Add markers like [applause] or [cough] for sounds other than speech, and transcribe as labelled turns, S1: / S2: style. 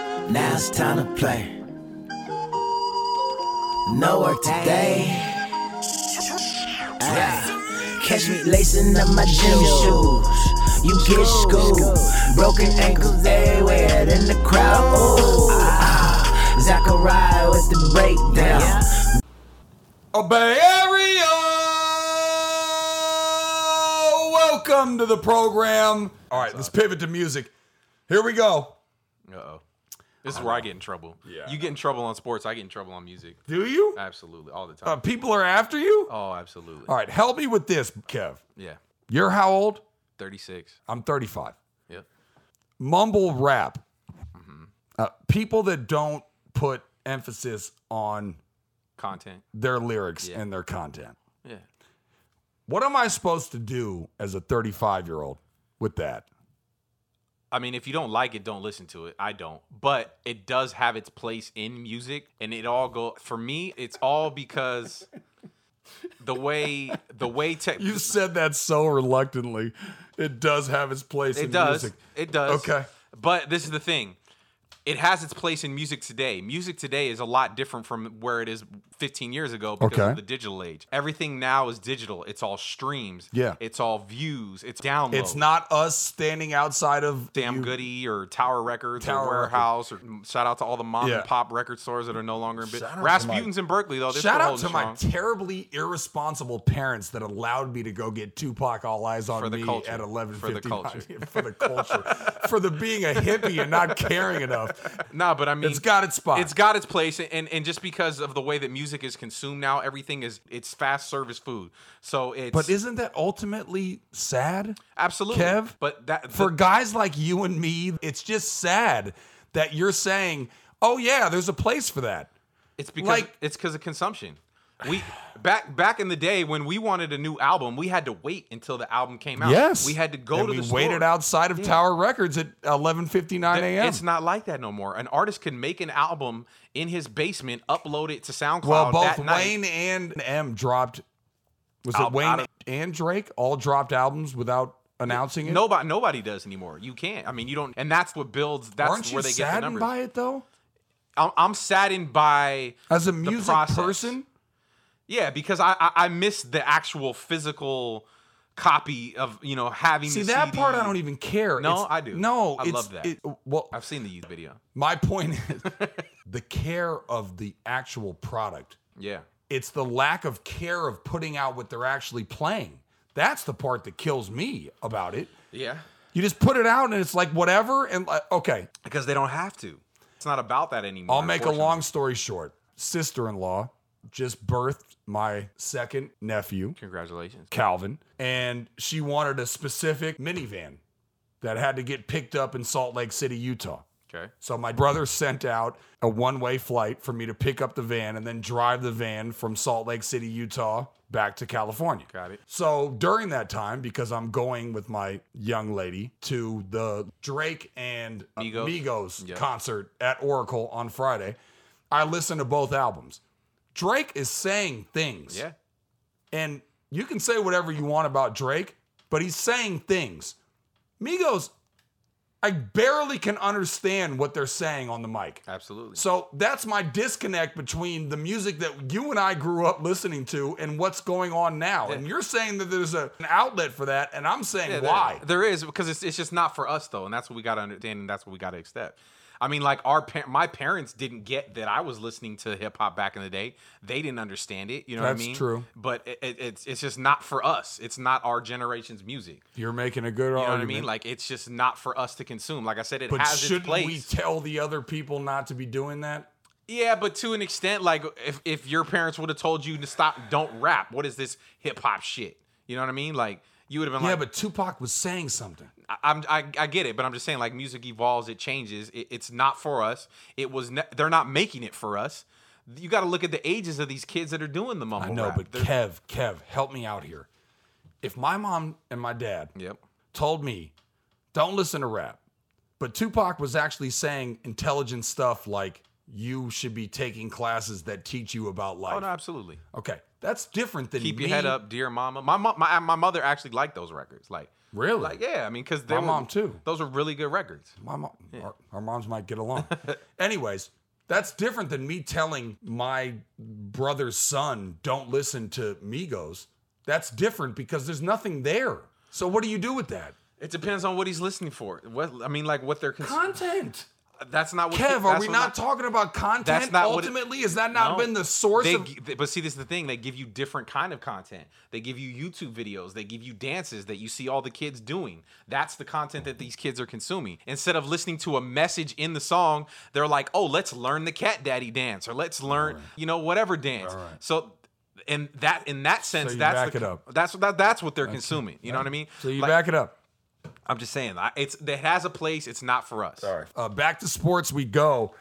S1: it's time to play. No work today. Ah, Catch me lacing up my gym shoes. You get schooled. Broken ankles everywhere in the crowd. Ooh. Ah, Zachariah with the breakdown.
S2: A Bay Area! Welcome to the program. All right, let's pivot to music. Here we go.
S3: Uh oh. This is where I get in trouble.
S2: Yeah.
S3: You get in trouble on sports, I get in trouble on music.
S2: Do you?
S3: Absolutely. All the
S2: Uh,
S3: time.
S2: people are after you?
S3: oh, absolutely.
S2: All right, help me with this, Kev.
S3: Yeah.
S2: You're how old?
S3: 36.
S2: I'm 35.
S3: Yep.
S2: Mm-hmm. Mumble rap. Uh, people that don't put emphasis on
S3: Content.
S2: their lyrics
S3: Yeah.
S2: and their content.
S3: Yeah.
S2: What am I supposed to do as a 35 year old with that?
S3: I mean, if you don't like it, don't listen to it. I don't. But it does have its place in music and it all go for me, it's all because the way the way
S2: [laughs]
S3: tech
S2: You said that so reluctantly. It does have its place in
S3: it does.
S2: music.
S3: It does.
S2: Okay.
S3: But this is the thing. It has its place in music today. Music today is a lot different from where it is 15 years ago because
S2: Okay.
S3: of the digital age. Everything now is digital. It's all streams.
S2: Yeah.
S3: It's all views. It's downloads.
S2: It's not us standing outside of
S3: Damn
S2: you-
S3: Goody or Tower Records
S2: Tower
S3: or
S2: Records.
S3: Warehouse or shout out to all the mom
S2: Yeah.
S3: and pop record stores that are no longer in
S2: Shout out
S3: business.
S2: to my-
S3: Rasputin's in Berkeley though. They're
S2: Shout
S3: still
S2: out to
S3: holding
S2: my
S3: strong.
S2: terribly irresponsible parents that allowed me to go get Tupac All Eyes on
S3: For the
S2: Me
S3: culture.
S2: at 11
S3: For the
S2: [laughs]
S3: culture.
S2: for the culture. for the being a hippie and not caring enough.
S3: Nah, but I mean
S2: It's got its spot.
S3: It's got its place, and and just because of the way that music is consumed now, everything is it's fast service food. So it's
S2: But isn't that ultimately sad?
S3: absolutely
S2: Kev,
S3: But that
S2: For
S3: the-
S2: guys like you and me, it's just sad that you're saying, "Oh yeah, there's a place for that."
S3: it's because
S2: like-
S3: it's because of consumption. We back back in the day when we wanted a new album, we had to wait until the album came out. we had to go
S2: and
S3: to
S2: we
S3: the store.
S2: waited outside of Tower Records at 11:59
S3: Th-
S2: a.m.
S3: It's not like that no more. An artist can make an album in his basement, upload it to SoundCloud.
S2: Well, both
S3: that night.
S2: Wayne and M dropped. Was it
S3: Out-
S2: Wayne
S3: out of-
S2: and Drake all dropped albums without announcing it?
S3: Nobody, nobody does anymore. You can't. I mean, you don't, and that's what builds. That's
S2: aren't you
S3: where they get the
S2: saddened
S3: numbers.
S2: by it though?
S3: I'm, I'm saddened by
S2: As a
S3: the
S2: music
S3: process. Mm,
S2: person,
S3: Yeah, because I, I I miss the actual physical copy of you know having.
S2: see
S3: the
S2: that
S3: CD.
S2: part I don't even care.
S3: No,
S2: It's-
S3: I do.
S2: No,
S3: I
S2: it's-
S3: love that.
S2: it- well,
S3: I've seen the youth video.
S2: my point is [laughs] the care of the actual product.
S3: Yeah,
S2: It's the lack of care of putting out what they're actually playing. That's the part that kills me about it.
S3: yeah,
S2: You just put it out and it's like whatever. And like, okay,
S3: because they don't have to. It's not about that anymore.
S2: I'll make a
S3: unfortunately.
S2: long story short. Sister in law just birthed my second nephew,
S3: Congratulations.
S2: Calvin, and she wanted a specific minivan that had to get picked up in Salt Lake City, Utah.
S3: Okay.
S2: So my brother sent out a one way flight for me to pick up the van and then drive the van from Salt Lake City, Utah back to California.
S3: Got it.
S2: So during that time, because I'm going with my young lady to the Drake and uh,
S3: Migos.
S2: Migos
S3: Yeah.
S2: concert at Oracle on Friday, I listen to both albums. Drake is saying things.
S3: Yeah.
S2: And you can say whatever you want about Drake, but he's saying things. Migos, I barely can understand what they're saying on the mic.
S3: Absolutely.
S2: So that's my disconnect between the music that you and I grew up listening to and what's going on now. And you're saying that there's a, an outlet for that, and I'm saying
S3: Yeah, there-
S2: why.
S3: there is because it's, it's just not for us though, and that's what we got to understand, and that's what we got to accept. I mean, like our par- my parents didn't get that I was listening to hip hop back in the day. They didn't understand it. You know
S2: That's
S3: what I mean?
S2: true.
S3: But it, it, it's it's just not for us. It's not our generation's music.
S2: You're making a good
S3: You know
S2: argument.
S3: what I mean? Like it's just not for us to consume. Like I said, it
S2: but
S3: has its
S2: shouldn't
S3: place.
S2: we tell the other people not to be doing that?
S3: yeah, but to an extent, like if if your parents would have told you to stop, don't rap. What is this hip hop shit? You know what I mean? Like you would have been
S2: Yeah,
S3: like,
S2: but Tupac was saying something.
S3: I- I'm I, I get it, but I'm just saying like music evolves, it changes. It, it's not for us. It was ne- they're not making it for us. You got to look at the ages of these kids that are doing the mumble
S2: I know,
S3: rap.
S2: but
S3: They're-
S2: Kev, Kev, help me out here. If my mom and my dad
S3: yep,
S2: told me, don't listen to rap, but Tupac was actually saying intelligent stuff like, you should be taking classes that teach you about life.
S3: Oh no, absolutely.
S2: Okay, that's different than
S3: Keep
S2: me.
S3: your head up, dear mama. My mo- my my mother actually liked those records. Like
S2: Really?
S3: like yeah, I mean because
S2: My mom too.
S3: Those are really good records.
S2: My mom, our, our moms might get
S3: [laughs]
S2: along. Anyways, that's different than me telling my brother's son, "Don't listen to Migos." That's different because there's nothing there. So what do you do with that
S3: It depends on what he's listening for. What I mean, like what they're cons-
S2: content?
S3: That's not what.
S2: Kev, are
S3: that's
S2: we
S3: what
S2: not talking about content?
S3: That's not what it-
S2: Ultimately, has that not
S3: No.
S2: been the source
S3: They,
S2: of?
S3: gi- th- but see, this is the thing. They give you different kind of content. They give you YouTube videos. They give you dances that you see all the kids doing. That's the content that these kids are consuming. Instead of listening to a message in the song, they're like, "Oh, let's learn the cat daddy dance, or let's learn, you know, whatever dance."
S2: Alright.
S3: So, in that in that sense,
S2: you
S3: that's
S2: back
S3: the,
S2: it up.
S3: That's that, that's what they're consuming. You know what I mean?
S2: So you
S3: Like,
S2: back it up.
S3: I'm just saying, I- it's it has a place. It's not for us.
S2: Uh, back to sports we go.